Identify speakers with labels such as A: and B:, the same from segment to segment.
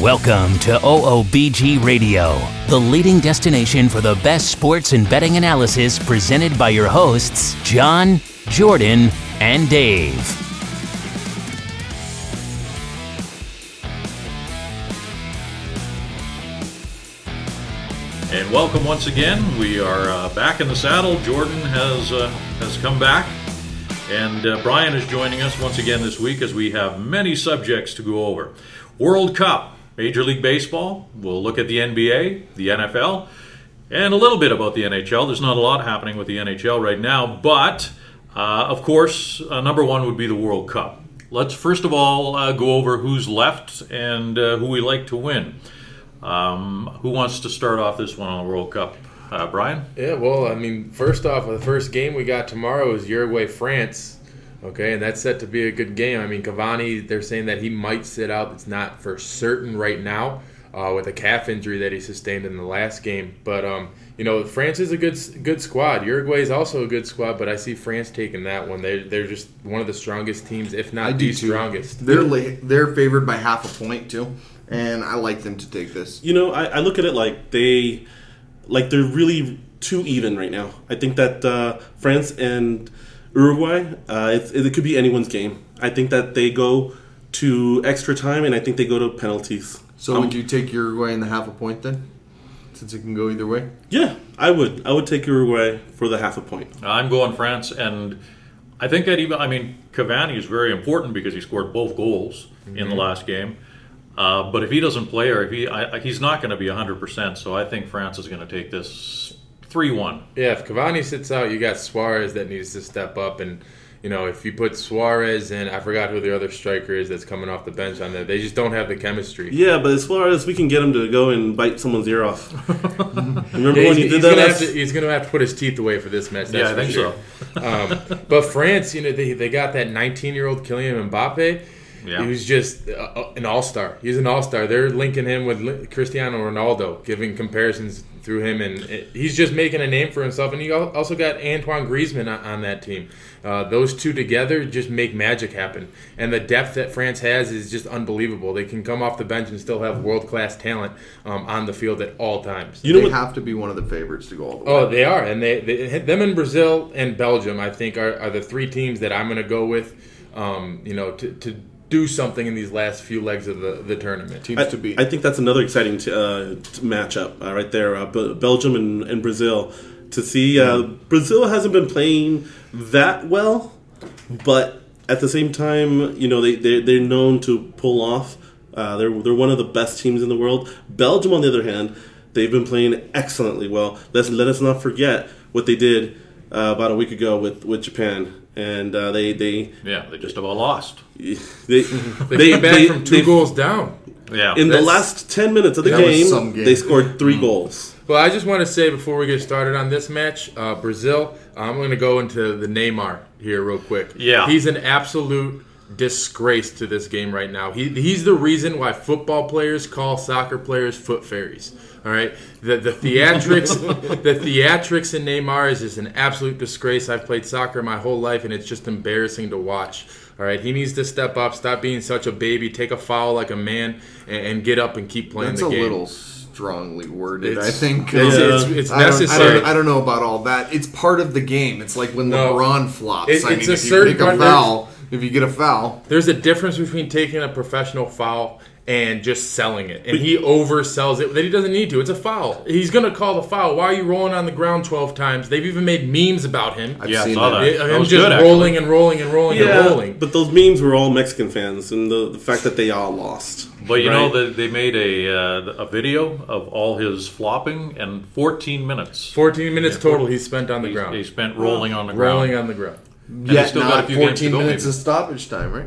A: Welcome to OOBG Radio, the leading destination for the best sports and betting analysis presented by your hosts, John, Jordan, and Dave.
B: And welcome once again. We are uh, back in the saddle. Jordan has uh, has come back, and uh, Brian is joining us once again this week as we have many subjects to go over. World Cup, Major League Baseball. We'll look at the NBA, the NFL, and a little bit about the NHL. There's not a lot happening with the NHL right now, but uh, of course, uh, number one would be the World Cup. Let's first of all uh, go over who's left and uh, who we like to win. Um, who wants to start off this one on the World Cup? Uh, Brian?
C: Yeah, well, I mean, first off, the first game we got tomorrow is Uruguay France. Okay, and that's set to be a good game. I mean, Cavani, they're saying that he might sit out. It's not for certain right now uh, with a calf injury that he sustained in the last game. But um, you know, France is a good good squad. Uruguay is also a good squad, but I see France taking that one. They they're just one of the strongest teams, if
D: I
C: not
D: do
C: the
D: too.
C: strongest.
D: They're la- they're favored by half a point too, and I like them to take this.
E: you know, I, I look at it like they, like they're really too even right now. I think that uh, France and Uruguay, uh, it's, it could be anyone's game. I think that they go to extra time, and I think they go to penalties.
D: So
C: Um,
D: would you take Uruguay in the half a point then, since it can go either way?
E: Yeah, I would. I would take Uruguay for the half a point.
B: I'm going France, and I think that even I mean Cavani is very important because he scored both goals in the last game. Uh, but if he doesn't play, or if he I, I- he's not going to be 100, percent so I think France is going to take this three-one.
C: Yeah, if Cavani sits out, you got Suarez that needs to step up, and you know if you put Suarez and I forgot who the other striker is that's coming off the bench on there, they just don't have the chemistry.
E: Yeah, but as far as we can get him to go and bite someone's ear off. Remember
C: Yeah, he's,
E: when he
C: he's
E: did that?
C: gonna have
E: last-
C: to, he's gonna have to put his teeth away for this match. That's
B: Yeah, I
C: for
B: think
C: sure. um, but France, you know, they, they got that 19 year old Kylian Mbappe.
B: Yeah.
C: He was just uh, uh, an all star. He's an all star. They're linking him with Li- Cristiano Ronaldo, giving comparisons through him, and uh, he's just making a name for himself. And you al- also got Antoine Griezmann on, on that team. Uh, those two together just make magic happen. And the depth that France has is just unbelievable. They can come off the bench and still have world class talent um, on the field at all times.
E: you know
D: They
E: what?
D: have to be one of the favorites to go all the way.
C: Oh, they are, and they, they them in Brazil and Belgium, I think, are, are the three teams that I'm going to go with. Um, you know, to, to do something in these last few legs of the, the tournament.
D: Teams
E: I,
D: to beat.
E: I think that's another exciting t- uh, t- matchup uh, right there. Uh, B- Belgium and, and Brazil. To see uh, Brazil hasn't been playing that well, but at the same time, you know they they they're known to pull off. Uh, they're they're one of the best teams in the world. Belgium, on the other hand, they've been playing excellently well. Let's let us not forget what they did uh, about a week ago with, with Japan, and uh, they they
B: Yeah, they just about lost.
E: they they,
C: They, came back from two
E: they-
C: goals down.
B: Yeah,
E: in the
C: That's-
E: last 10 minutes of the
D: That was
E: game,
D: some game. Mm.
E: they scored three goals.
C: Well, I just want to say before we get started on this match, uh, Brazil. I'm going to go into the Neymar here real quick.
B: Yeah.
C: he's an absolute disgrace to this game right now. He, he's the reason why football players call soccer players foot fairies. All right, the the theatrics, the theatrics in Neymar is just an absolute disgrace. I've played soccer my whole life, and it's just embarrassing to watch. All right, he needs to step up, stop being such a baby, take a foul like a man, and, and get up and keep playing
D: That's
C: the
D: a
C: game.
D: little strongly worded. I
C: It's-
D: think
C: it's,
D: uh,
C: it's, it's
D: I don't- I,
C: necessary.
D: don't, I don't know about all that. It's part of the game. It's like when
C: No.
D: LeBron flops.
C: It-
D: I mean,
C: it's a
D: if you
C: certain
D: take a
C: part-
D: foul, if you get a foul,
C: There's a difference between taking a professional foul and just selling it. And he oversells it that he doesn't need to. It's a foul. He's going to call the foul. Why are you rolling on the ground 12 times? They've even made memes about him.
D: I've
B: yeah, I
D: seen
B: saw
D: that.
B: that.
C: Yeah,
B: That
C: him
B: was
C: just
B: good, actually.
C: rolling and rolling and rolling and rolling.
E: but those memes were all Mexican fans, and the, the fact that they all lost.
B: But you know
E: right?
B: that they made a uh, a video of all his flopping and 14 minutes
C: 14 minutes total he spent on the ground.
B: he spent rolling on the ground.
C: rolling on the ground.
B: And
D: Yet
B: he's still
D: not
B: got a few games to
D: 14
B: go,
D: minutes
B: maybe.
D: of stoppage time, right?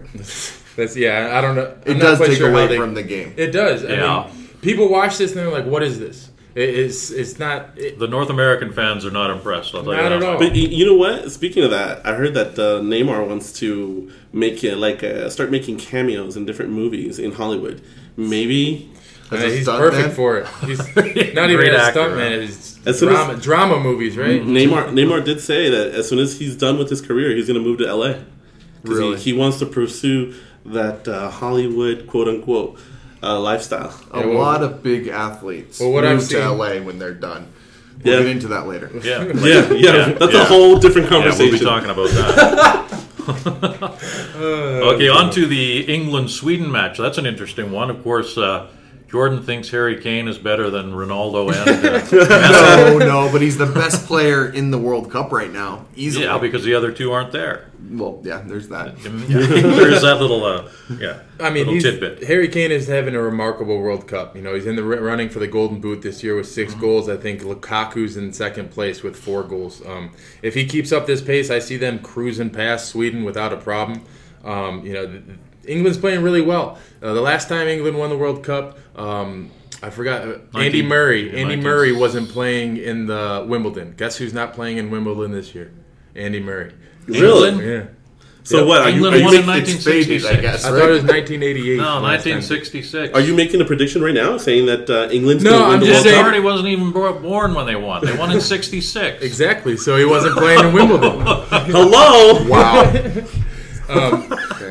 C: That's yeah, I don't know. I'm
D: It
C: not
D: does
C: quite
D: take
C: sure how
D: away
C: they-
D: from the game.
C: It does.
B: Yeah.
C: I mean, people watch this and they're like, "What is this?" It, it's it's not. It,
B: The North American fans are not impressed. I'll tell you
C: Not
B: that
C: at all.
B: much.
E: But you, you know what? Speaking of that, I heard that uh, Neymar wants to make uh, like uh, start making cameos in different movies in Hollywood. Maybe
D: As
C: Uh,
D: a
C: he's
D: stunt
C: perfect
D: man?
C: for it. He's not even
B: Great
C: a
B: actor,
C: stuntman.
B: huh?
C: It's
E: As soon as-
C: drama, drama movies, right?
E: Neymar Neymar did say that as soon as he's done with his career, he's going to move to LA. 'Cause
D: Really?
E: he, he wants to pursue that uh, Hollywood quote unquote uh, lifestyle.
B: Oh,
D: A
C: Yeah, well-
D: lot of big athletes
C: Well, what
D: move
C: I've
D: to
C: seen-
D: LA when they're done. We'll
E: Yeah.
D: get into that later.
B: Yeah,
E: Yeah, yeah,
B: Yeah,
E: that's
B: yeah.
E: a whole different
B: yeah, we'll be
E: conversation.
B: talking about that. okay,
E: Uh,
B: on to the England Sweden match. That's an interesting one. Of course, uh, Jordan thinks Harry Kane is better than Ronaldo and uh,
D: no, no, but he's the best player in the World Cup right now, easily.
B: Yeah, because the other two aren't there. Mm,
D: well, yeah, there's that.
B: There's that little, uh, yeah,
C: I mean,
B: little
C: he's,
B: tidbit.
C: Harry Kane is having a remarkable World Cup. You know, he's in the r- running for the Golden Boot this year with 6
B: Mm-hmm.
C: goals. I think Lukaku's in second place with four goals. Um, if he keeps up this pace, I see them cruising past Sweden without a problem. Um, you know, th- th- England's playing really well. Uh, the last time England won the World Cup, um, I forgot uh, Andy
B: 19
C: Murray.
B: yeah,
C: Andy
B: 19.
C: Murray wasn't playing in the Wimbledon. Guess who's not playing in Wimbledon this year? Andy Murray.
E: Really?
C: Yeah.
E: So what? Are you,
B: England
E: are you
B: won in
E: making-
D: It's faded, I
B: 1966.
D: guess.
C: I
D: right?
C: thought it was 1988.
B: No,
C: last time.
B: 1966.
E: are you making a prediction right now, saying that uh, England's
C: No,
E: going to win
C: I'm
E: the
C: just
E: World
C: saying-
E: Cup?
B: Doherty wasn't even bro- born when they won. They won in '66.
C: Exactly. So he wasn't playing in Wimbledon.
E: Hello.
D: wow.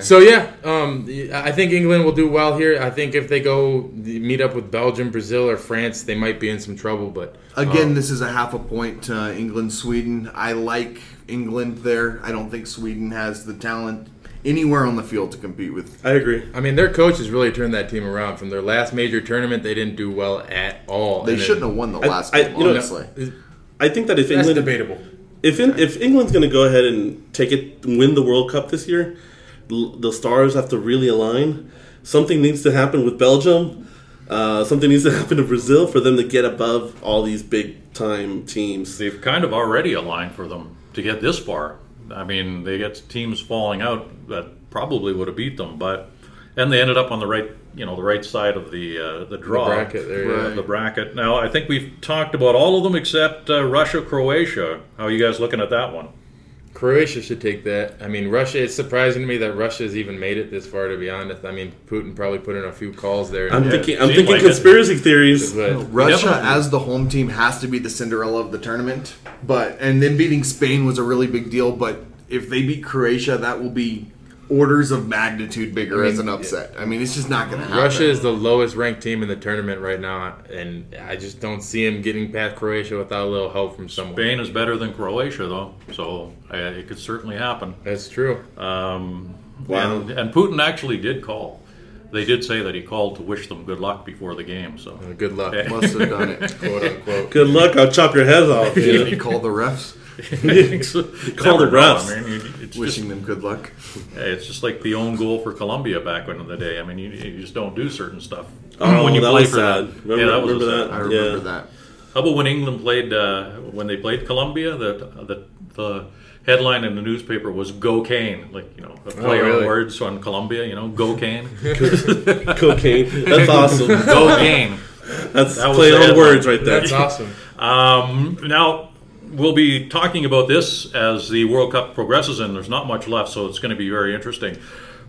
C: So yeah, um, I think England will do well here. I think if they go meet up with Belgium, Brazil, or France, they might be in some trouble. But
D: Again, this is a half a point to England, Sweden. I like England there. I don't think Sweden has the talent anywhere on the field to compete with.
E: I agree.
C: I mean, their coach has really turned that team around. From their last major tournament, they didn't do well at all.
D: They
C: And
D: shouldn't
C: then-
D: have won the
E: I-
D: last
E: I-
D: game,
E: you know,
D: honestly.
E: I think that if
C: That's
E: England
C: debatable.
E: if in, if England's going to go ahead and take it win the World Cup this year, l- the stars have to really align. Something needs to happen with Belgium. Uh, something needs to happen to Brazil for them to get above all these big time teams.
B: They've kind of already aligned for them to get this far. I mean, they get teams falling out that probably would have beat them, but and they ended up on the right, you know, the right side of the uh, the draw
C: bracket there, yeah.
B: of the bracket. Now, I think we've talked about all of them except uh, Russia, Croatia. How are you guys looking at that one?
C: Croatia should take that. I mean, Russia. It's surprising to me that Russia's even made it this far. To be honest, I mean, Putin probably put in a few calls there.
E: I'm thinking I'm
B: seems
E: thinking
B: like it.
E: conspiracy theories.
C: but
D: Russia,
B: Definitely.
D: as the home team, has to be the Cinderella of the tournament. But and then beating Spain was a really big deal. But if they beat Croatia, that will be orders of magnitude bigger as an upset. I mean, it's just not going to happen.
C: Russia is the lowest ranked team in the tournament right now, and I just don't see him getting past Croatia without a little help from someone.
B: Spain is better than Croatia, though, so uh, it could certainly happen.
C: That's true.
E: Wow.
B: And, and Putin actually did call. They did say that he called to wish them good luck before the game. So
C: Good luck,
D: must have done it.
C: quote unquote.
E: Good luck. I'll chop your heads off.
D: Did he call the refs,
B: call
E: the refs.
B: I mean, you- it's just
D: wishing them good luck?
B: Hey, it's just like the own goal for Colombia back when in the day. I mean, you, you just don't do certain stuff
E: Oh,
B: when you
E: that
B: play
E: was
B: for
E: sad.
B: that.
E: Remember,
B: yeah, that was
E: remember
B: a sad-
E: that?
D: I remember
E: Uh, yeah.
D: that.
B: How about when England played uh, when they played Colombia? The, the the headline in the newspaper was "Go Kane," like you know,
E: Oh,
B: a play
C: really?
B: on words on Colombia. You know, "Go Kane,"
E: Cocaine. That's awesome.
B: "Go Kane."
E: That's
B: That was
E: play
B: the
E: on
B: headline.
E: words right there.
C: That's awesome.
B: Um, now, we'll be talking about this as the World Cup progresses, and there's not much left, so it's going to be very interesting.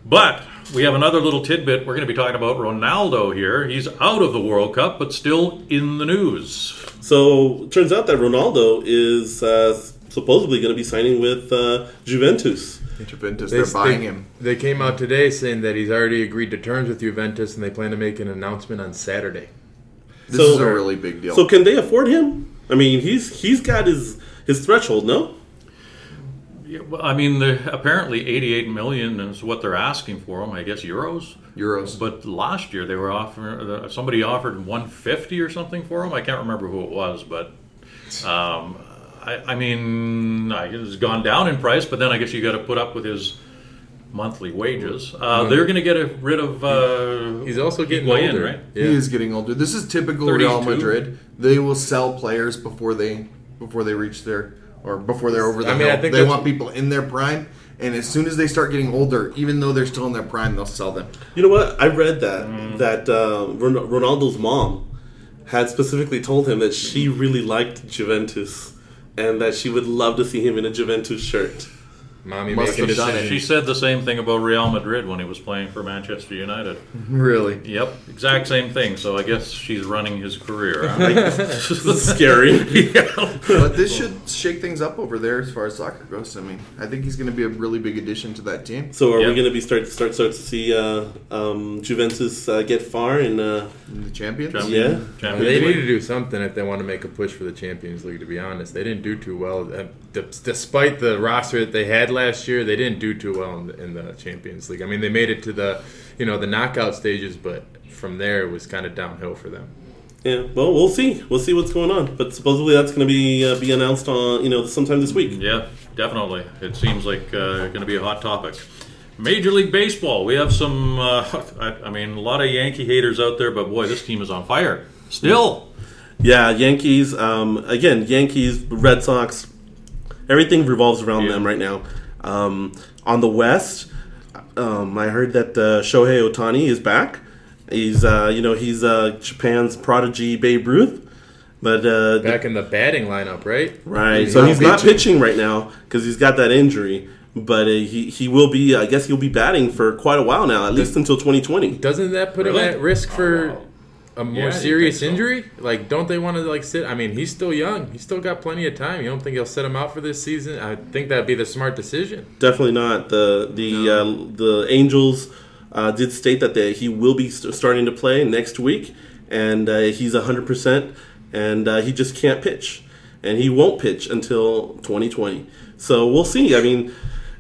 B: But we have another little tidbit. We're going to be talking about Ronaldo here. He's out of the World Cup, but still in the news.
E: So turns out that Ronaldo is uh, supposedly going to be signing with uh, Juventus.
D: Juventus, they're buying him.
C: They came out today saying that he's already agreed to terms with Juventus, and they plan to make an announcement on Saturday.
D: This
E: So-
D: is a really big deal.
E: So can they afford him? I mean, he's he's got his his threshold, no?
B: Yeah, well, I mean, the, apparently 88 million is what they're asking for him. I guess euros.
D: Euros.
B: But last year they were offering uh, somebody offered 150 or something for him. I can't remember who it was, but um, I, I mean, I, it's gone down in price. But then I guess you got to put up with his monthly wages. Uh, they're going to get rid of. Uh,
C: He's also getting
B: Higuain,
C: older.
B: right?
C: Yeah.
D: He is getting older. This is typical Real
B: 32.
D: Madrid. They will sell players before they before they reach their or before they're over the
C: I mean, I
D: hill.
C: think
D: they
C: that's-
D: want people in their prime, and as soon as they start getting older, even though they're still in their prime, they'll sell them.
E: You know what? I read that that uh, Ron- Ronaldo's mom had specifically told him that she really liked Juventus and that she would love to see him in a Juventus shirt.
C: Mommy
D: Must
C: making
D: have done
C: decisions.
B: She said the same thing about Real Madrid when he was playing for Manchester United.
D: Really?
B: Yep, exact same thing. So I guess she's running his career.
E: Scary.
D: But this should shake things up over there as far as soccer goes. I mean, I think he's going to be a really big addition to that team.
E: So are
B: Yeah.
E: we going to be start start start to see uh, um, Juventus uh, get far and uh,
D: In the champions.
B: Champions-
E: yeah?
B: Champions
C: They need
B: League.
C: to do something if they want to make a push for the Champions League. To be honest, they didn't do too well. Uh, d- Despite the roster that they had last year, they didn't do too well in the, in the Champions League. I mean, they made it to the you know the knockout stages, but from there it was kind of downhill for them.
E: Yeah. Well, we'll see. We'll see what's going on. But supposedly that's going to be uh, be announced on you know sometime this week.
B: Yeah, definitely. It seems like uh, going to be a hot topic. Major League Baseball. We have some. Uh, I, I mean, a lot of Yankee haters out there, but boy, this team is on fire still.
E: Yeah, Yankees. Um, again, Yankees, Red Sox. Everything revolves around them right now. Um, on the West, um, I heard that uh, Shohei Otani is back. He's uh, you know he's uh, Japan's prodigy Babe Ruth, but uh,
C: Back in the batting lineup, right?
E: Right. So
D: not
E: he's not
D: pitching.
E: pitching right now because he's got that injury. But uh, he he will be. I guess he'll be batting for quite a while now, at least until 2020.
C: Doesn't that put
B: Really?
C: him at risk for a
B: Yeah,
C: more
B: you'd
C: serious
B: think so.
C: injury? Like, don't they want to like sit? I mean, he's still young. He's still got plenty of time. You don't think he'll set him out for this season? I think that'd be the smart decision.
E: Definitely not. The the uh, the Angels uh, did state that they, he will be st- starting to play next week, and uh, he's 100 percent, and uh, he just can't pitch, and he won't pitch until 2020. So we'll see. I mean,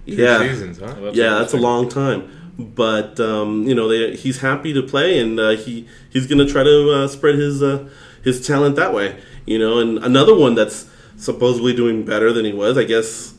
E: yeah.
C: Seasons, huh?
E: yeah, that's a long time. But um, you know, they, he's happy to play, and uh, he he's going to try to uh, spread his uh, his talent that way. You know, and another one that's supposedly doing better than he was, I guess.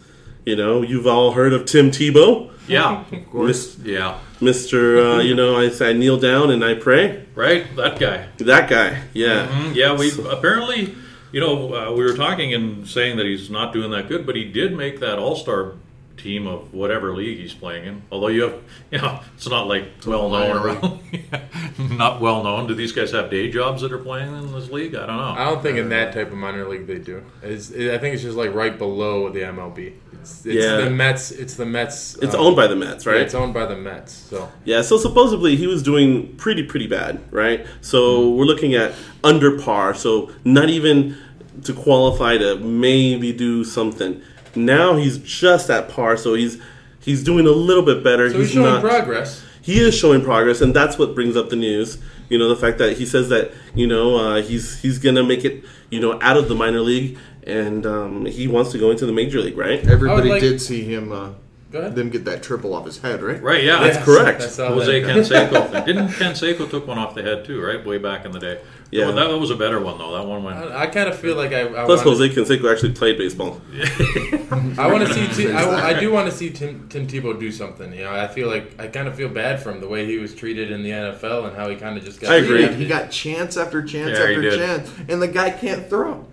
E: You know, you've all heard of Tim Tebow,
B: Yeah, of
E: course.
B: Yeah,
E: Mister. Uh, you know, I, I kneel down and I pray.
B: right. That guy.
E: That guy, yeah.
B: Mm, Yeah, we apparently, you know, uh, we were talking and saying that he's not doing that good, but he did make that All Star team of whatever league he's playing in. Although you have, you know, it's not like well known
D: minor
B: around. not well known. Do these guys have day jobs that are playing in this league? I don't know.
C: I don't think in
E: Uh,
C: that type of minor league they do. It's, it, I think it's just like right below the MLB. It's, it's
E: Yeah.
C: the Mets. It's the Mets. uh,
E: It's owned by the Mets, right?
C: It's owned by the Mets. So
E: Yeah, so supposedly he was doing pretty pretty bad, right? So we're looking at under par, so not even to qualify to maybe do something. Now he's just at par, so he's he's doing a little bit better.
C: so he's, showing
E: not,
C: progress.
E: He is showing progress, and that's what brings up the news. You know, the fact that he says that you know uh, he's he's gonna make it, you know, out of the minor league, and um, he wants to go into the major league, right?
D: Everybody
C: like-
D: did see him. Uh,
C: Go ahead.
D: them get that triple off his head, right?
B: Right? Yeah,
E: That's correct.
C: That's all
B: Jose
C: that.
B: Canseco. Didn't Canseco took one off the head too? Right, way back in the day.
E: Yeah.
B: Well, that was a better one though. That one went. uh,
C: I, I kind of feel like I. I
E: Plus,
C: wanna-
E: Jose Canseco actually played baseball.
C: I want to see. T- I, I do want to see Tim Tim Tebow do something. You know, I feel like I kind of feel bad for him the way he was treated in the NFL and how he kind of just got.
E: I agree.
C: treated.
D: He got chance after chance
B: Yeah, he
D: after
B: did.
D: chance, and the guy can't throw.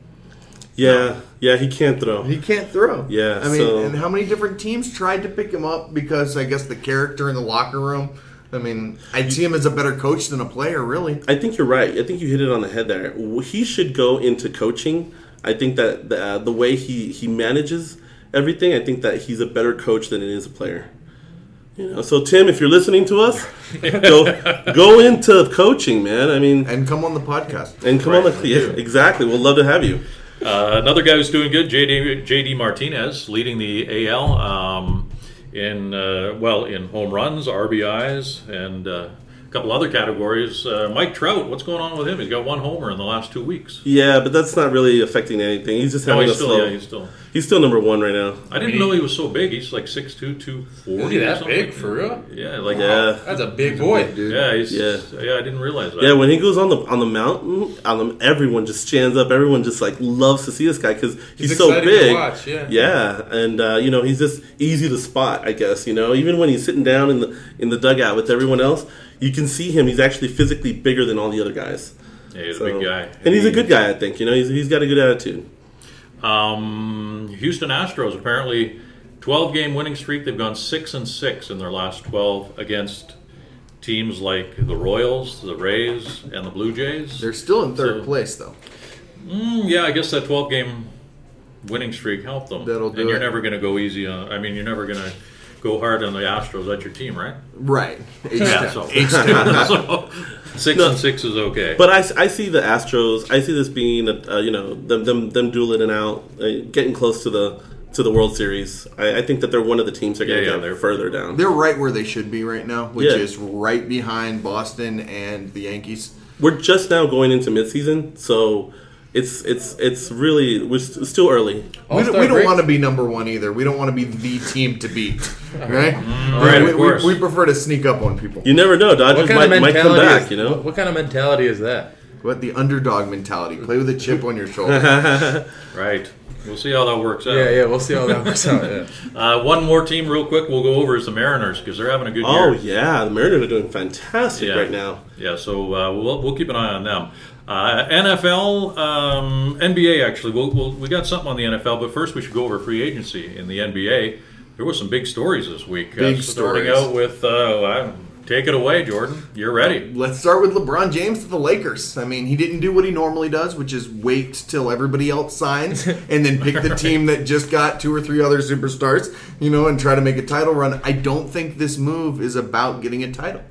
E: Yeah, yeah, he can't throw.
D: He can't throw.
E: Yeah,
D: I mean,
E: so-
D: and how many different teams tried to pick him up because I guess the character in the locker room. I mean, I'd see him as a better coach than a player, really.
E: I think you're right. I think you hit it on the head there. W- He should go into coaching. I think that the, uh, the way he, he manages everything, I think that he's a better coach than he is a player. You know, so Tim, if you're listening to us, go go into coaching, man. I mean,
D: And come on the podcast.
E: and come on, the, yeah, exactly. We'll love to have you.
B: Uh, another guy who's doing good, JD, JD Martinez, leading the AL um, in uh, well in home runs, RBIs, and uh, a couple other categories. Uh, Mike Trout, what's going on with him? He's got one homer in the last two weeks.
E: Yeah, but that's not really affecting anything. He's just
B: Oh,
E: having
B: he's
E: a
B: still,
E: slow.
B: yeah, he's still.
E: he's still number one right now.
B: I didn't know he was so big. He's like 6'2", 240
C: Is he
B: or
C: that
B: something.
C: big, for real?
B: Yeah, like
E: Yeah.
C: That's a big boy.
D: Dude.
B: yeah, he's,
E: Yeah.
B: yeah, I didn't realize that.
E: Yeah, when he goes on the on the mountain, on the, everyone just stands up. Everyone just like loves to see this guy because he's,
C: He's
E: so
C: exciting to
E: big.
C: watch, yeah.
E: and uh, you know he's just easy to spot. I guess you know even when he's sitting down in the in the dugout with everyone else, you can see him. He's actually physically bigger than all the other guys.
B: Yeah, he's
E: So-
B: a big guy,
E: and he's a good guy. I think you know he's he's got a good attitude.
B: Um, Houston Astros apparently 12 game winning streak. They've gone six and six in their last 12 against teams like the Royals, the Rays, and the Blue Jays.
D: They're still in third
B: So-
D: place, though.
B: Mm, yeah, I guess that 12 game winning streak help them.
D: That'll do
B: and you're
D: it.
B: never going to go easy on. I mean, you're never going to go hard on the Astros. That's your team, right?
D: Right. H
B: Yeah.
D: town.
B: So,
D: H town.
B: so six and six is okay.
E: But I, s- I see the Astros. I see this being a, uh, you know them them them dueling it out, uh, getting close to the to the World Series. I, I think that they're one of the teams that are going
B: Yeah,
E: to
B: yeah.
E: get there further down.
D: They're right where they should be right now, which
E: Yeah.
D: is right behind Boston and the Yankees.
E: We're just now going into midseason, so it's it's it's really we're st- it's still early.
D: We
C: All-star
D: don't, we don't
C: break?
D: want to be number one either. We don't want to be the team to beat, right?
B: right,
D: we,
B: of
D: we-
B: course.
D: we prefer to sneak up on people.
E: You never know.
C: What
E: Dodgers
C: kind
E: might,
C: of
E: might
C: mentality?
E: come back.
C: is,
E: you know.
C: What, what kind of mentality is that?
D: What the underdog mentality? Play with a chip on your shoulder.
B: right. We'll see how that works out.
C: Yeah, yeah. We'll see how that works out. Yeah.
B: Uh, one more team, real quick. We'll go over is the Mariners because they're having a good
E: Oh
B: year.
E: yeah, the Mariners are doing fantastic
B: Yeah.
E: right now.
B: Yeah, so uh, we'll, we'll keep an eye on them. Uh, NFL, um, NBA, actually. We'll, we'll, we got something on the NFL, but first we should go over free agency in the NBA. There were some big stories this week. uh,
D: Big
B: starting
D: stories.
B: out with, uh, I- take it away, Jordan. You're ready.
D: Let's start with LeBron James to the Lakers. I mean, he didn't do what he normally does, which is wait till everybody else signs and then pick the team that just got two or three other superstars, you know, and try to make a title run. I don't think this move is about getting a title.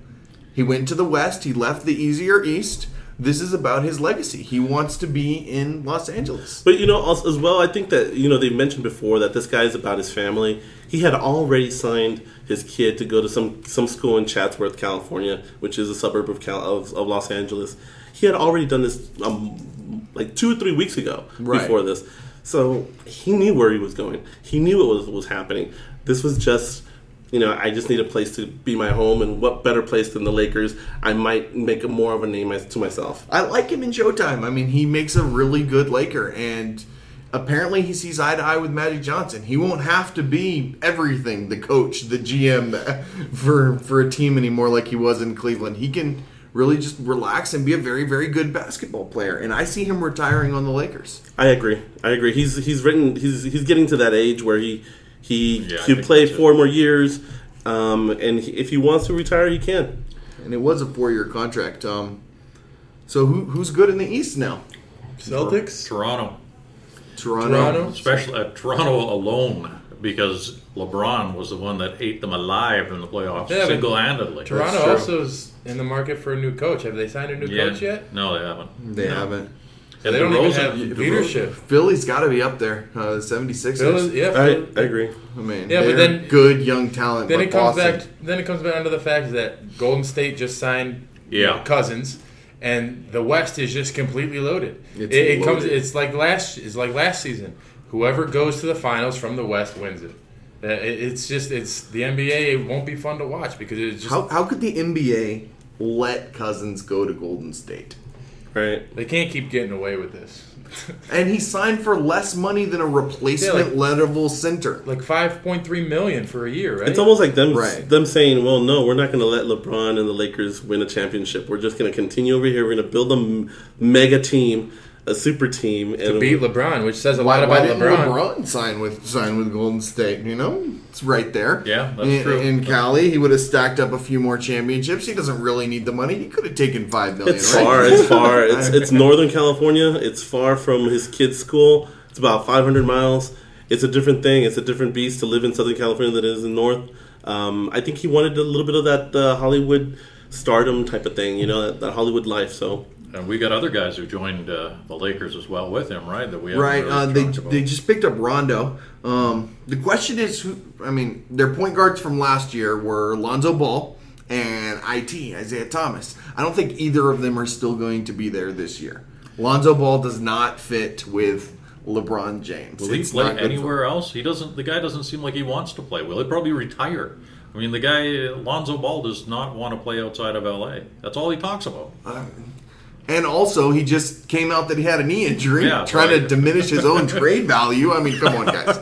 D: He went to the West, he left the easier East. This is about his legacy. He wants to be in Los Angeles.
E: But you know, also, as well, I think that you know they mentioned before that this guy is about his family. He had already signed his kid to go to some some school in Chatsworth, California, which is a suburb of Cal- of, of Los Angeles. He had already done this um, like two or three weeks ago
D: Right.
E: before this, so he knew where he was going. He knew what was was happening. This was just. You know, I just need a place to be my home, and what better place than the Lakers? I might make more of a name as- to myself.
D: I like him in Showtime. I mean, he makes a really good Laker, and apparently he sees eye to eye with Magic Johnson. He won't have to be everything—the coach, the GM for for a team anymore, like he was in Cleveland. He can really just relax and be a very, very good basketball player. And I see him retiring on the Lakers.
E: I agree. I agree. He's he's written. He's he's getting to that age where he he
B: Yeah, I
E: could
B: think
E: play
B: that's it.
E: four more years, um, and he, if he wants to retire, he can.
D: And it was a four-year contract. Um, so who, who's good in the East now?
C: Celtics.
B: Toronto.
D: Toronto.
C: Toronto.
B: Especially uh, Toronto alone because LeBron was the one that ate them alive in the playoffs
C: Yeah, but
B: single handedly.
C: Toronto
D: true.
C: also is in the market for a new coach. Have they signed a new coach yet?
B: No, they haven't.
D: They haven't.
B: And
C: They don't even
B: DeRozan-
C: have leadership.
D: Philly's got to be up there. Uh, the 76ers.
C: Philly- yeah,
E: I,
C: Philly-
E: I agree.
D: I mean,
C: Yeah, but
D: they're
C: then-
D: good young talent.
C: Then
D: but
C: it comes
D: Boston-
C: back. Then it comes back under the fact that Golden State just signed
B: Yeah.
C: Cousins, and the West is just completely loaded. it
D: It's
C: it comes.
D: loaded.
C: It's like last. It's like last season. Whoever goes to the finals from the West wins it. Uh, it- It's just. It's the NBA. It won't be fun to watch because it's just.
D: How, how could the NBA let Cousins go to Golden State?
E: Right.
C: They can't keep getting away with this.
D: And he signed for less money than a replacement level center.
C: like five point three million for a year, right?
E: It's almost like them
D: Right.
E: them saying, "Well, no, we're not going to let LeBron and the Lakers win a championship. We're just going to continue over here. We're going to build a m- mega team, a super team, and
C: to beat LeBron, which says a
D: Why,
C: lot
D: why
C: about
D: didn't
C: LeBron.
D: LeBron. sign with sign with Golden State? You know, it's right there.
B: Yeah, that's
D: in,
B: true.
D: In Cali, he would have stacked up a few more championships. He doesn't really need the money. He could have taken five million.
E: It's
D: right?
E: far. It's far. It's it's Northern California. It's far from his kid's school. It's about 500 miles. It's a different thing. It's a different beast to live in Southern California than it is in North. Um, I think he wanted a little bit of that uh, Hollywood stardom type of thing. You know, that, that Hollywood life. So
B: And we got other guys who joined uh, the Lakers as well with him, right? That we haven't
D: Right.
B: really
D: Uh, they,
B: talked about.
D: they just picked up Rondo. Um, the question is, who, I mean, their point guards from last year were Lonzo Ball and IT, Isaiah Thomas. I don't think either of them are still going to be there this year. Lonzo Ball does not fit with LeBron James.
B: Will he
D: It's
B: play
D: not good for-
B: anywhere else? He doesn't. The guy doesn't seem like he wants to play. Will he probably retire? I mean, the guy Lonzo Ball does not want to play outside of L.A. That's all he talks about.
D: And also, he just came out that he had a knee injury,
B: Yeah,
D: trying
B: right.
D: to diminish his own trade value. I mean, come on, guys.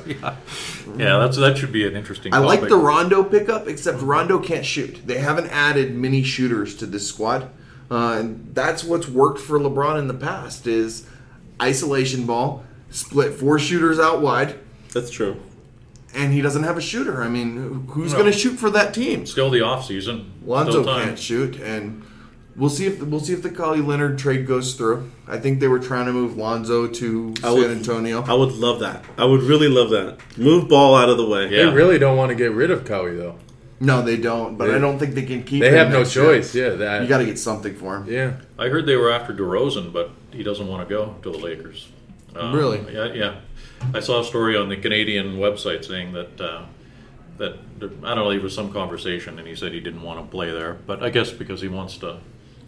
B: Yeah, that's that should be an interesting.
D: I like
B: topic.
D: the Rondo pickup, except Rondo can't shoot. They haven't added many shooters to this squad, uh, and that's what's worked for LeBron in the past: is isolation ball, split four shooters out wide,
E: that's true.
D: and he doesn't have a shooter. I mean, who- who's going to shoot for that team?
B: still the off season.
D: Lonzo
B: still time.
D: can't shoot, and We'll see if we'll see if the Kali Leonard trade goes through. I think they were trying to move Lonzo to
E: I
D: San
E: would-
D: Antonio.
E: I would love that. I would really love that. Move ball out of the way.
B: Yeah.
C: They really don't want to get rid of Cowie though.
D: no, they don't. But
C: They-
D: I don't think they can keep.
C: They
D: him
C: have no
D: next year.
C: choice. Yeah, that.
D: You got to get something for him.
C: yeah.
B: I heard they were after DeRozan, but he doesn't want to go to the Lakers. Um,
D: Really?
B: Yeah, yeah. I saw a story on the Canadian website saying that uh, that I don't know. There was some conversation, and he said he didn't want to play there, but I guess because he wants to.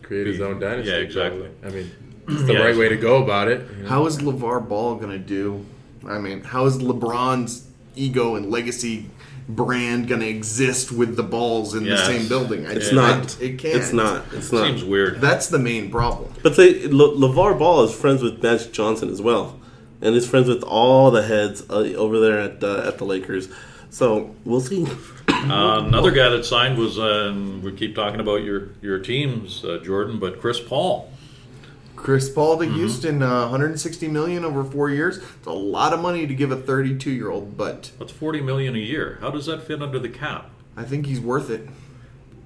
C: Create his own dynasty.
B: Yeah, exactly.
C: probably. I mean, it's the
B: Yeah,
C: right way to go about it. you know?
D: How is LeVar Ball going to do? I mean, how is LeBron's ego and legacy brand going to exist with the balls in
B: Yes.
D: the same building? I-
E: It's
D: I-
E: not.
D: it can't.
E: It's not. It's not.
B: Seems weird.
D: That's the main problem.
E: But say Le- LeVar Ball is friends with Magic Johnson as well, and is friends with all the heads uh, over there at uh, at the Lakers. So we'll see.
B: Uh, another guy that signed was, uh, and we keep talking about your your teams, uh, Jordan, but Chris Paul.
D: Chris Paul to Houston, uh, 160 million over four years. It's a lot of money to give a 32 year old, but
B: That's forty million a year. How does that fit under the cap?
D: I think he's worth it.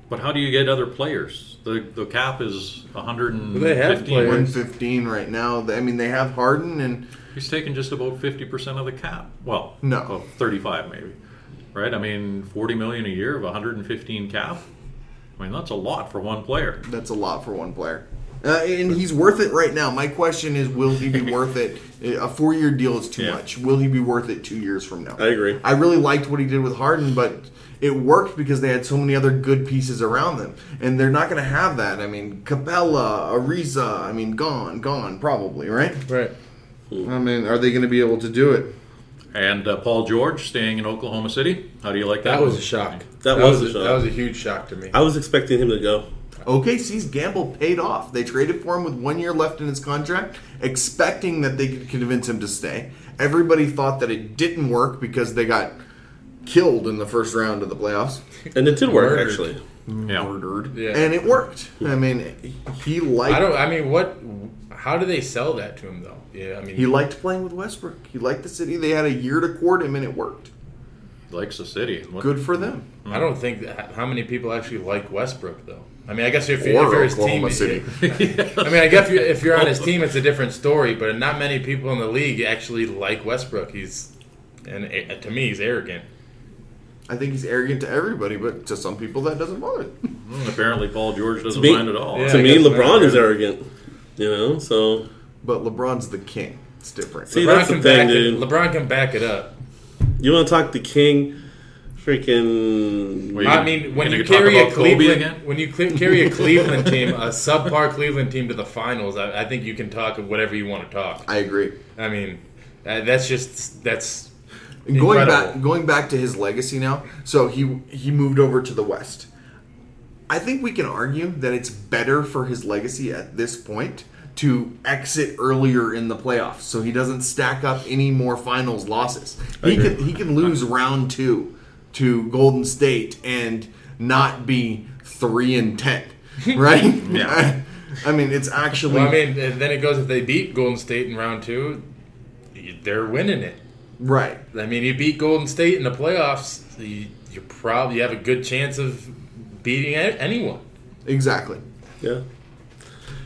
B: But how do you get other players? The the cap is one hundred and
C: Well, they have players.
B: fifteen.
D: 115 right now. I mean, they have Harden and
B: He's taking just about fifty percent of the cap. Well,
D: No.
B: well, thirty-five maybe, right? I mean, forty million a year of one hundred and fifteen cap. I mean, that's a lot for one player.
D: that's a lot for one player. Uh, and he's worth it right now. My question is, will he be worth it? Uh, A four year deal is too
B: Yeah.
D: much. Will he be worth it two years from now?
E: I agree.
D: I really liked what he did with Harden, but it worked because they had so many other good pieces around them. And they're not going to have that. I mean, Capella, Ariza, I mean, gone, gone, probably, right?
C: Right.
D: I mean, are they going to be able to do it?
B: And uh, Paul George staying in Oklahoma City. How do you like that?
C: That was a shock.
E: That was a shock.
C: That was a huge shock to me.
E: I was expecting him to go.
D: OKC's gamble paid off. They traded for him with one year left in his contract, expecting that they could convince him to stay. Everybody thought that it didn't work because they got killed in the first round of the playoffs.
E: And it did work
C: Murdered.
E: actually.
B: Yeah.
D: Murdered.
C: Yeah.
D: And it worked. I mean, he liked
C: I don't. I mean, what? How do they sell that to him though? Yeah. I mean,
D: he liked playing with Westbrook. He liked the city. They had a year to court him and it worked.
B: Likes the city. What-
D: Good for them.
C: I don't think that, how many people actually like Westbrook though. I mean, I guess if, you,
D: Or
C: if you're his
D: Oklahoma
C: team,
D: City.
C: I mean, I guess if you're, if you're on his team, it's a different story. But not many people in the league actually like Westbrook. He's, and a- to me, he's arrogant.
D: I think he's arrogant to everybody, but to some people that doesn't bother. them.
B: Apparently, Paul George doesn't
E: me-
B: mind at all.
C: Yeah.
E: to
C: I
E: me,
C: guess not.
E: LeBron is arrogant. You know, so
D: But LeBron's the king. It's different.
E: See,
C: LeBron
E: that's the
C: can
E: thing,
C: back it,
E: dude.
C: LeBron can back it up.
E: you want to talk the king? Freaking
B: Wait.
C: I mean, when
B: And
C: you
B: you can talk
C: carry a
B: about Kobe again?
C: Cleveland, when you cle- carry a Cleveland team, a subpar Cleveland team to the finals, I, I think you can talk of whatever you want to talk.
D: I agree.
C: I mean, uh, that's just that's
D: And going
C: Incredible.
D: back going back to his legacy now so he he moved over to the west i think we can argue that it's better for his legacy at this point to exit earlier in the playoffs so he doesn't stack up any more finals losses he can he can lose round 2 to golden state and not be 3 and 10 right
B: Yeah.
D: I, I mean it's actually
C: Well, I mean, and then it goes if they beat Golden State in round two, they're winning it.
D: right
C: I mean, you beat Golden State in the playoffs, you, you probably have a good chance of beating a- anyone.
D: exactly
E: yeah.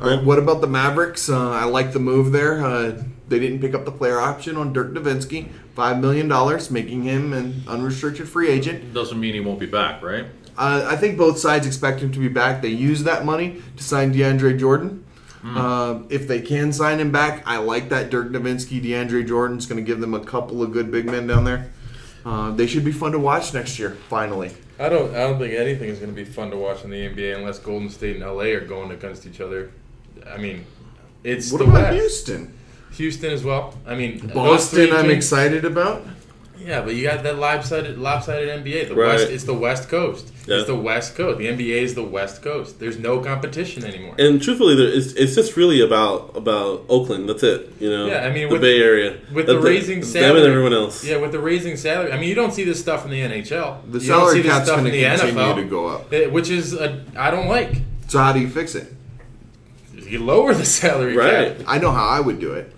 D: All right, what about the Mavericks? Uh, I like the move there. Uh, they didn't pick up the player option on Dirk Nowitzki, five million dollars, making him an unrestricted free agent.
B: Doesn't mean he won't be back, right?
D: Uh, I think both sides expect him to be back. They use that money to sign DeAndre Jordan.
C: Hmm.
D: Uh, if they can sign him back, I like that Dirk Nowitzki, DeAndre Jordan's going to give them a couple of good big men down there. Uh, they should be fun to watch next year. Finally,
C: I don't. I don't think anything is going to be fun to watch in the NBA unless Golden State and LA are going against each other. I mean, it's
D: what
C: the
D: about
C: West.
D: Houston?
C: Houston as well. I mean, those
D: Boston,
C: three
D: I'm
C: teams-
D: excited about.
C: Yeah, but you got that lopsided, lopsided NBA. The
E: Right.
C: West, it's the West Coast.
E: Yeah.
C: It's the West Coast. The NBA is the West Coast. There's no competition anymore.
E: And truthfully, there, it's, it's just really about about Oakland. That's it. You know,
C: Yeah, I mean,
E: the
C: with-
E: Bay Area
C: with
E: That-
C: the
E: that-
C: raising
E: them
C: salary,
E: and everyone else.
C: Yeah, with the raising salary. I mean, you don't see this stuff in the NHL.
D: The
C: You don't see
D: salary
C: this
D: cap's
C: stuff
D: going
C: in
D: to
C: the
D: continue
C: NFL,
D: to go up.
C: eh, which is a, I don't like.
D: So how do you fix it?
C: You lower the salary
E: right.
C: cap.
D: I know how I would do it.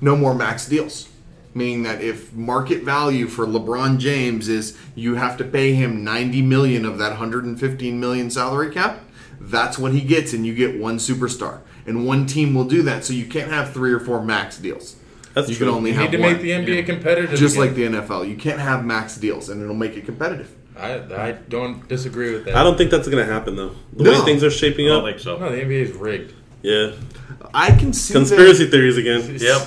D: No more max deals. Meaning that if market value for LeBron James is you have to pay him 90 million of that 115 million salary cap, That's what he gets, and you get one superstar. And one team will do that, so you can't have three or four max deals.
E: That's
D: you
E: true.
D: can only
C: You
D: have
C: need to
D: one.
C: make the NBA competitive.
D: just
C: again.
D: like the NFL. You can't have max deals, and it'll make it competitive.
C: I, I don't disagree with that.
E: I don't think that's going to happen though. The
D: No.
E: way things are shaping
B: I
E: up,
B: don't think so.
C: No, the NBA is rigged.
E: yeah,
D: I can see
E: conspiracy theories again.
B: Yep.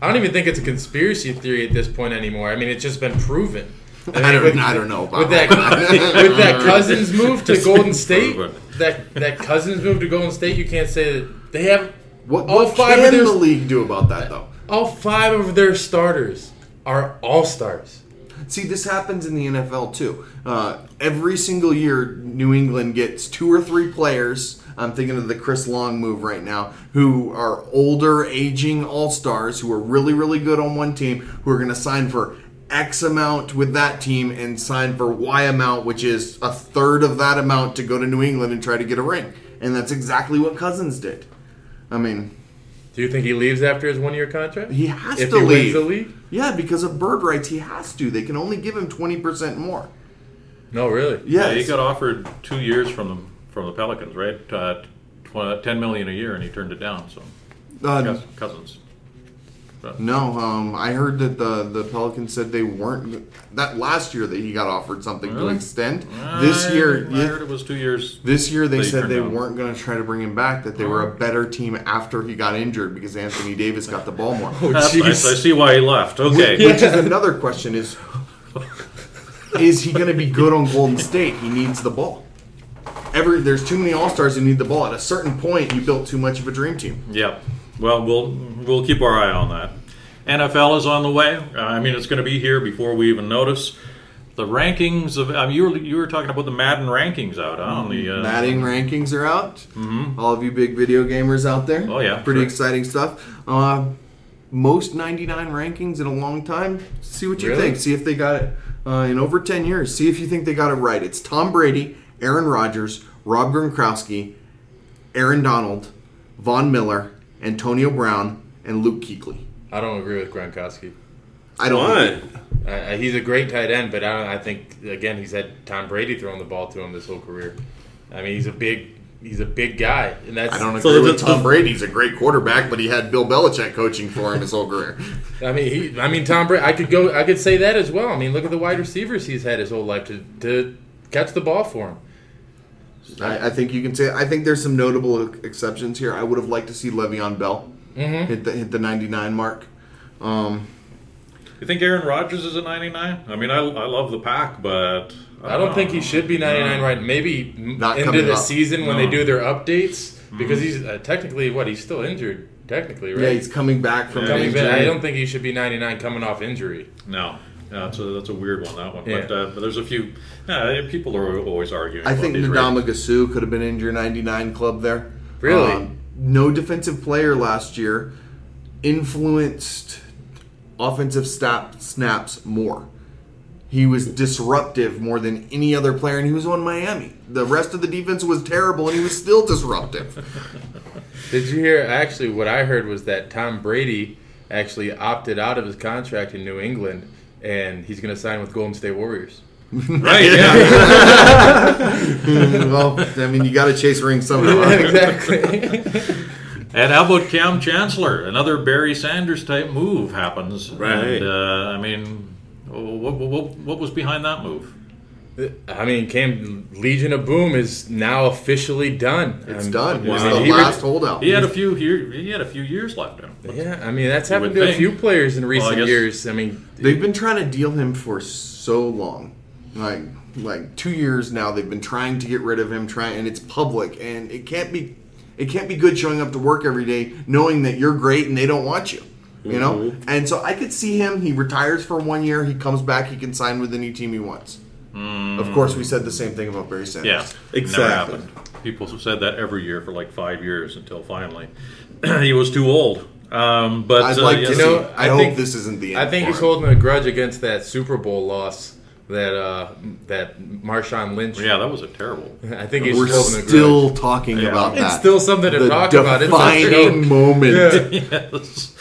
C: I don't even think it's a conspiracy theory at this point anymore. I mean, it's just been proven.
D: That, I don't. I don't know about
C: With that, with that Cousins move to Golden State,
B: proven.
C: that that Cousins move to Golden State, you can't say that they have
D: What,
C: all
D: what
C: five
D: can
C: of
D: the
C: their
D: league do about that, though?
C: all five of their starters are all stars.
D: See, this happens in the NFL too. Uh, every single year, New England gets two or three players. I'm thinking of the Chris Long move right now, who are older, aging all stars who are really, really good on one team, who are going to sign for X amount with that team and sign for Y amount, which is a third of that amount to go to New England and try to get a ring. And that's exactly what Cousins did. I mean,
C: Do you think he leaves after his one-year contract?
D: he has
C: if
D: to
C: he
D: leave.
C: wins the league.
D: Yeah, because of bird rights, he has to. They can only give him 20% more.
C: No, really.
D: Yes.
B: Yeah, he got offered two years from the from the Pelicans, right? Uh, tw- Ten million a year, and he turned it down. So
D: Uh,
B: Cous- Cousins.
D: no, um, I heard that the the Pelicans said they weren't that last year that he got offered something
B: Really?
D: to extend. this year,
B: I, I heard it was two years.
D: this year they
B: They
D: said
B: turned
D: they
B: down.
D: weren't going to try to bring him back. That they were a better team after he got injured because Anthony Davis got the ball more.
B: That's nice. I see why he left. Okay.
D: Which is another question: is is he going to be good on Golden State? He needs the ball. Every there's too many All Stars who need the ball. At a certain point, you built too much of a dream team.
B: Yep. Well, we'll we'll keep our eye on that. NFL is on the way. I mean, it's going to be here before we even notice. The rankings of I mean, you were you were talking about the Madden rankings out huh, on the uh, Mm-hmm.
D: Batting rankings are out. All of you big video gamers out there.
B: Oh, yeah,
D: Pretty
B: sure.
D: exciting stuff. Uh, most 99 rankings in a long time. See what you
C: Really?
D: think. See if they got it uh, in over 10 years. See if you think they got it right. It's Tom Brady, Aaron Rodgers, Rob Gronkowski, Aaron Donald, Von Miller, Antonio Brown, and Luke Kuechly.
C: I don't agree with Gronkowski.
D: I don't
E: Why?
C: I, I, he's a great tight end, but I, I think again he's had Tom Brady throwing the ball to him this whole career. I mean, he's a big he's a big guy, and that's
D: I don't
E: So
D: agree
E: the-
D: with Tom
E: the-
D: Brady's a great quarterback, but he had Bill Belichick coaching for him his whole career.
C: I mean, he, I mean, Tom Brady. I could go. I could say that as well. I mean, look at the wide receivers he's had his whole life to to catch the ball for him.
D: I, I think you can say. I think there's some notable exceptions here. I would have liked to see Le'Veon Bell
C: Mm-hmm.
D: hit the hit the 99 mark. Um,
B: You think Aaron Rodgers is a 99? I mean, I, I love the pack, but
C: I don't think he
B: know.
C: should be 99 right. Maybe
D: Not
C: Not into
D: coming
C: the
D: up. Mm-hmm.
C: season when
B: No.
C: they do their updates because he's uh, technically what he's still injured. Technically, right?
D: Yeah, he's coming back from an
C: coming
D: injury.
C: back. I don't think he should be 99 coming off injury.
B: No, no that's, a, that's a weird one. That one, but,
C: Yeah.
B: uh, but there's a few. Uh, people are always arguing.
D: I
B: about
D: think
B: these
D: Ndama Gasu could have been in your 99 club there. Um,
C: Really?
D: no defensive player last year influenced offensive stop snaps more. He was disruptive more than any other player, and he was on Miami. The rest of the defense was terrible, and he was still disruptive.
C: Did you hear? Actually, what I heard was that Tom Brady actually opted out of his contract in New England, and he's going to sign with Golden State Warriors.
B: ratings. right? Yeah,
D: well, I mean, you got to chase rings somehow. huh?
C: exactly.
B: and how about Cam Chancellor? Another Barry Sanders type move happens.
E: Right.
B: And, uh, I mean, what, what, what was behind that move?
C: I mean, Cam Legion of Boom is now officially done.
D: It's
C: Um,
D: done. It's
E: Wow.
D: the
C: He re-
D: last holdout.
B: He had a few. He, he had a few years left in him.
C: Yeah, I mean that's happened
B: would
C: to
B: think.
C: a few players in recent
B: guess-
C: years. I mean,
D: They've been trying to deal him for so long, like like two years now. They've been trying to get rid of him, trying, and it's public, and it can't be, it can't be good showing up to work every day knowing that you're great and they don't want you, you know.
B: Mm-hmm.
D: And so I could see him. He retires for one year. He comes back. He can sign with any team he wants. Of course, we said the same thing about Barry Sanders.
B: Mm. Yeah,
E: Exactly.
B: Never happened. People have said that every year for like five years until finally he was too old. Um, but
D: I'd
B: uh,
D: like
B: yeah,
D: to
C: you
D: see.
C: know,
D: I,
C: I
D: hope
C: think-
D: this isn't the end.
C: I think
D: for
C: he's
D: him.
C: holding a grudge against that Super Bowl loss that uh, that Marshawn Lynch.
B: yeah, that was a terrible.
C: I think he's
D: We're
C: holding a grudge.
D: still talking about that.
C: It's still something to
D: the
C: talk about. It's a
D: defining
C: joke.
D: moment.
C: Yeah.
B: yes.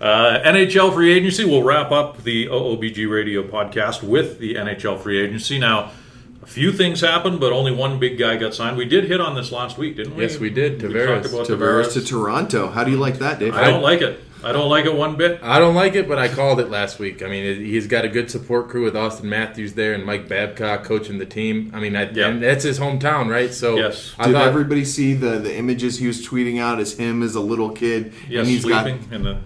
B: Uh, NHL free agency. We'll wrap up the OOBG radio podcast with the NHL free agency. Now, a few things happened, but only one big guy got signed. We did hit on this last week, didn't we?
C: Yes, we did.
B: We
C: Tavares.
B: talked about
D: Tavares
B: Tavares.
D: to Toronto. How do you like that, Dave?
B: I don't like it. I don't like it one bit.
C: I don't like it, but I called it last week. I mean, it, he's got a good support crew with Austin Matthews there and Mike Babcock coaching the team. I mean, I,
B: Yeah.
C: and that's his hometown, right? So
B: Yes.
C: I
D: Did
C: thought
D: everybody see the, the images he was tweeting out as him as a little kid?
B: Yes,
D: and he's
B: sleeping in the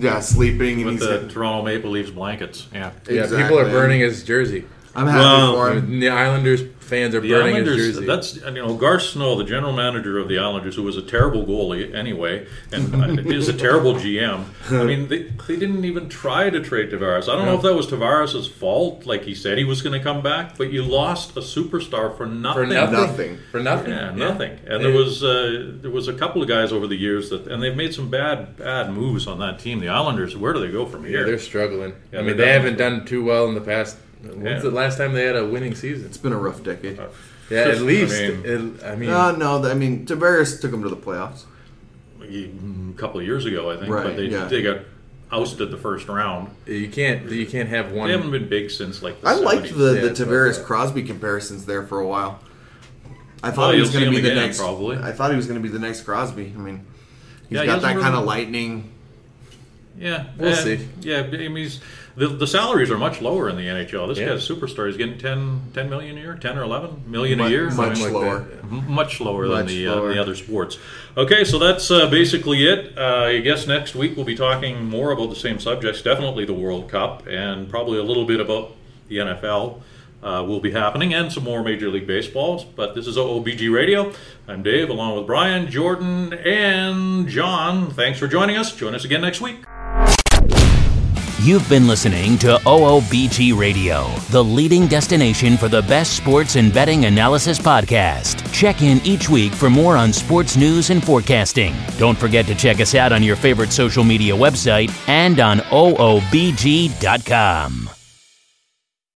D: got yeah, sleeping and
B: with
D: he's
B: the
D: got-
B: Toronto Maple Leafs blankets. Yeah.
C: yeah, people
D: Exactly.
C: are burning his jersey.
D: I'm happy
E: Wow.
D: for him.
C: And the Islanders fans are
B: The
C: burning his
B: Islanders.
C: jersey.
B: That's you know Gar Snow, the general manager of the Islanders, who was a terrible goalie anyway, and uh, is a terrible GM. I mean, they, they didn't even try to trade Tavares. I don't know if that was Tavares' fault. Like he said, he was going to come back, but you lost a superstar for nothing.
C: for nothing.
D: Nothing.
C: For nothing.
B: Yeah, nothing. And there was uh, there was a couple of guys over the years that, and they've made some bad bad moves on that team. The Islanders. Where do they go from
C: Yeah,
B: here?
C: they're struggling.
B: Yeah, they're
C: I mean, they
B: definitely
C: haven't done too well in the past. When's
B: Yeah.
C: the last time they had a winning season?
D: It's been a rough
C: uh,
D: decade.
C: Yeah,
B: I
C: at least.
B: mean-
C: it- I mean,
D: No, no, I mean Tavares took him to the playoffs.
B: Mm, a couple of years ago, I think.
D: Right,
B: but they
D: yeah.
B: they got ousted the first round.
C: you can't. You can't have one.
B: They haven't been big since like. The
D: I liked
B: 70s.
D: the,
C: Yeah,
D: the
C: it's
D: Tavares
C: like
D: Crosby comparisons there for a while. I
B: Well,
D: thought he
B: you'll
D: was going
B: see
D: to
B: him
D: be the
B: again,
D: next.
B: probably.
D: I thought he was going to be the next Crosby. I mean, he's
B: Yeah, he
D: got
B: hasn't
D: that kind
B: really-
D: of lightning.
B: Yeah,
C: We'll
B: eh,
C: see.
B: Yeah, I mean, he's, the the salaries are much lower in the NHL. This
C: Yeah.
B: guy's a superstar. He's getting 10, 10 million a year, ten or eleven million a
D: Much,
B: year.
D: much
B: I mean,
D: lower.
B: m- much lower than
D: Much
B: the uh,
D: lower.
B: the other sports. Okay, so that's uh, basically it. Uh, I guess next week we'll be talking more about the same subjects. Definitely the World Cup, and probably a little bit about the NFL. Uh, will be happening and some more Major League Baseballs, but this is OBG Radio. I'm Dave, along with Brian, Jordan, and John. Thanks for joining us. Join us again next week.
A: You've been listening to OOBG Radio, the leading destination for the best sports and betting analysis podcast. Check in each week for more on sports news and forecasting. Don't forget to check us out on your favorite social media website and on OOBG.com.